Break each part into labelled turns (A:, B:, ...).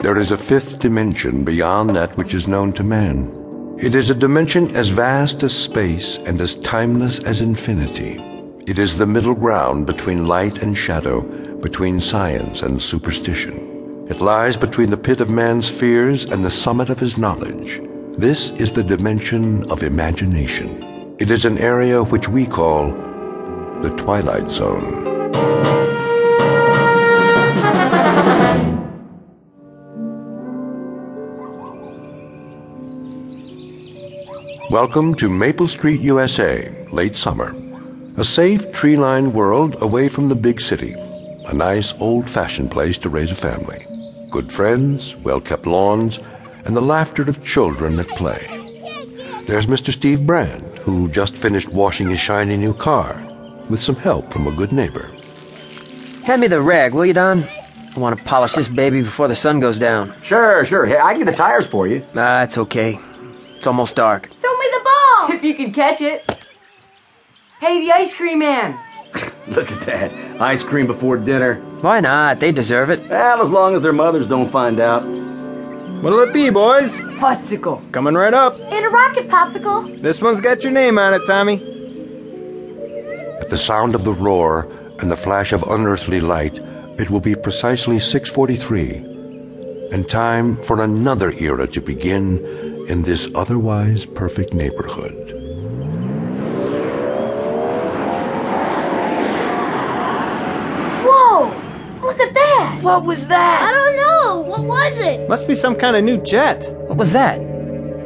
A: There is a fifth dimension beyond that which is known to man. It is a dimension as vast as space and as timeless as infinity. It is the middle ground between light and shadow, between science and superstition. It lies between the pit of man's fears and the summit of his knowledge. This is the dimension of imagination. It is an area which we call the Twilight Zone. Welcome to Maple Street, USA, late summer. A safe, tree lined world away from the big city. A nice, old fashioned place to raise a family. Good friends, well kept lawns, and the laughter of children at play. There's Mr. Steve Brand, who just finished washing his shiny new car with some help from a good neighbor.
B: Hand me the rag, will you, Don? I want to polish this baby before the sun goes down.
C: Sure, sure. Hey, I can get the tires for you.
B: Ah, it's okay. It's almost dark.
D: Throw me the ball!
E: If you can catch it. Hey, the ice cream man.
C: Look at that. Ice cream before dinner.
B: Why not? They deserve it.
C: Well, as long as their mothers don't find out.
F: What'll it be, boys?
E: Popsicle.
F: Coming right up.
D: And a rocket popsicle.
F: This one's got your name on it, Tommy.
A: At the sound of the roar and the flash of unearthly light, it will be precisely 6:43 and time for another era to begin in this otherwise perfect neighborhood.
D: Whoa! Look at that!
E: What was
D: I
E: that?
D: don't know. What was it?
F: Must be some kind of new jet.
B: What was that?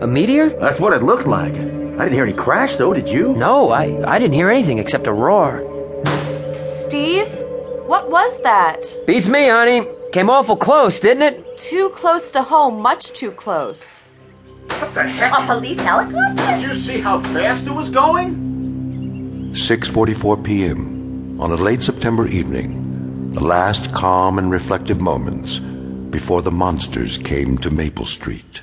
B: A meteor?
C: That's what it looked like. I didn't hear any crash, though, did you?
B: No, I, I didn't hear anything except a roar.
G: Steve, what was that?
B: Beats me, honey. Came awful close, didn't it?
G: Too close to home, much too close.
D: A police helicopter?
H: Did you see how fast it was going?
A: 6:44 p.m. on a late September evening, the last calm and reflective moments before the monsters came to Maple Street.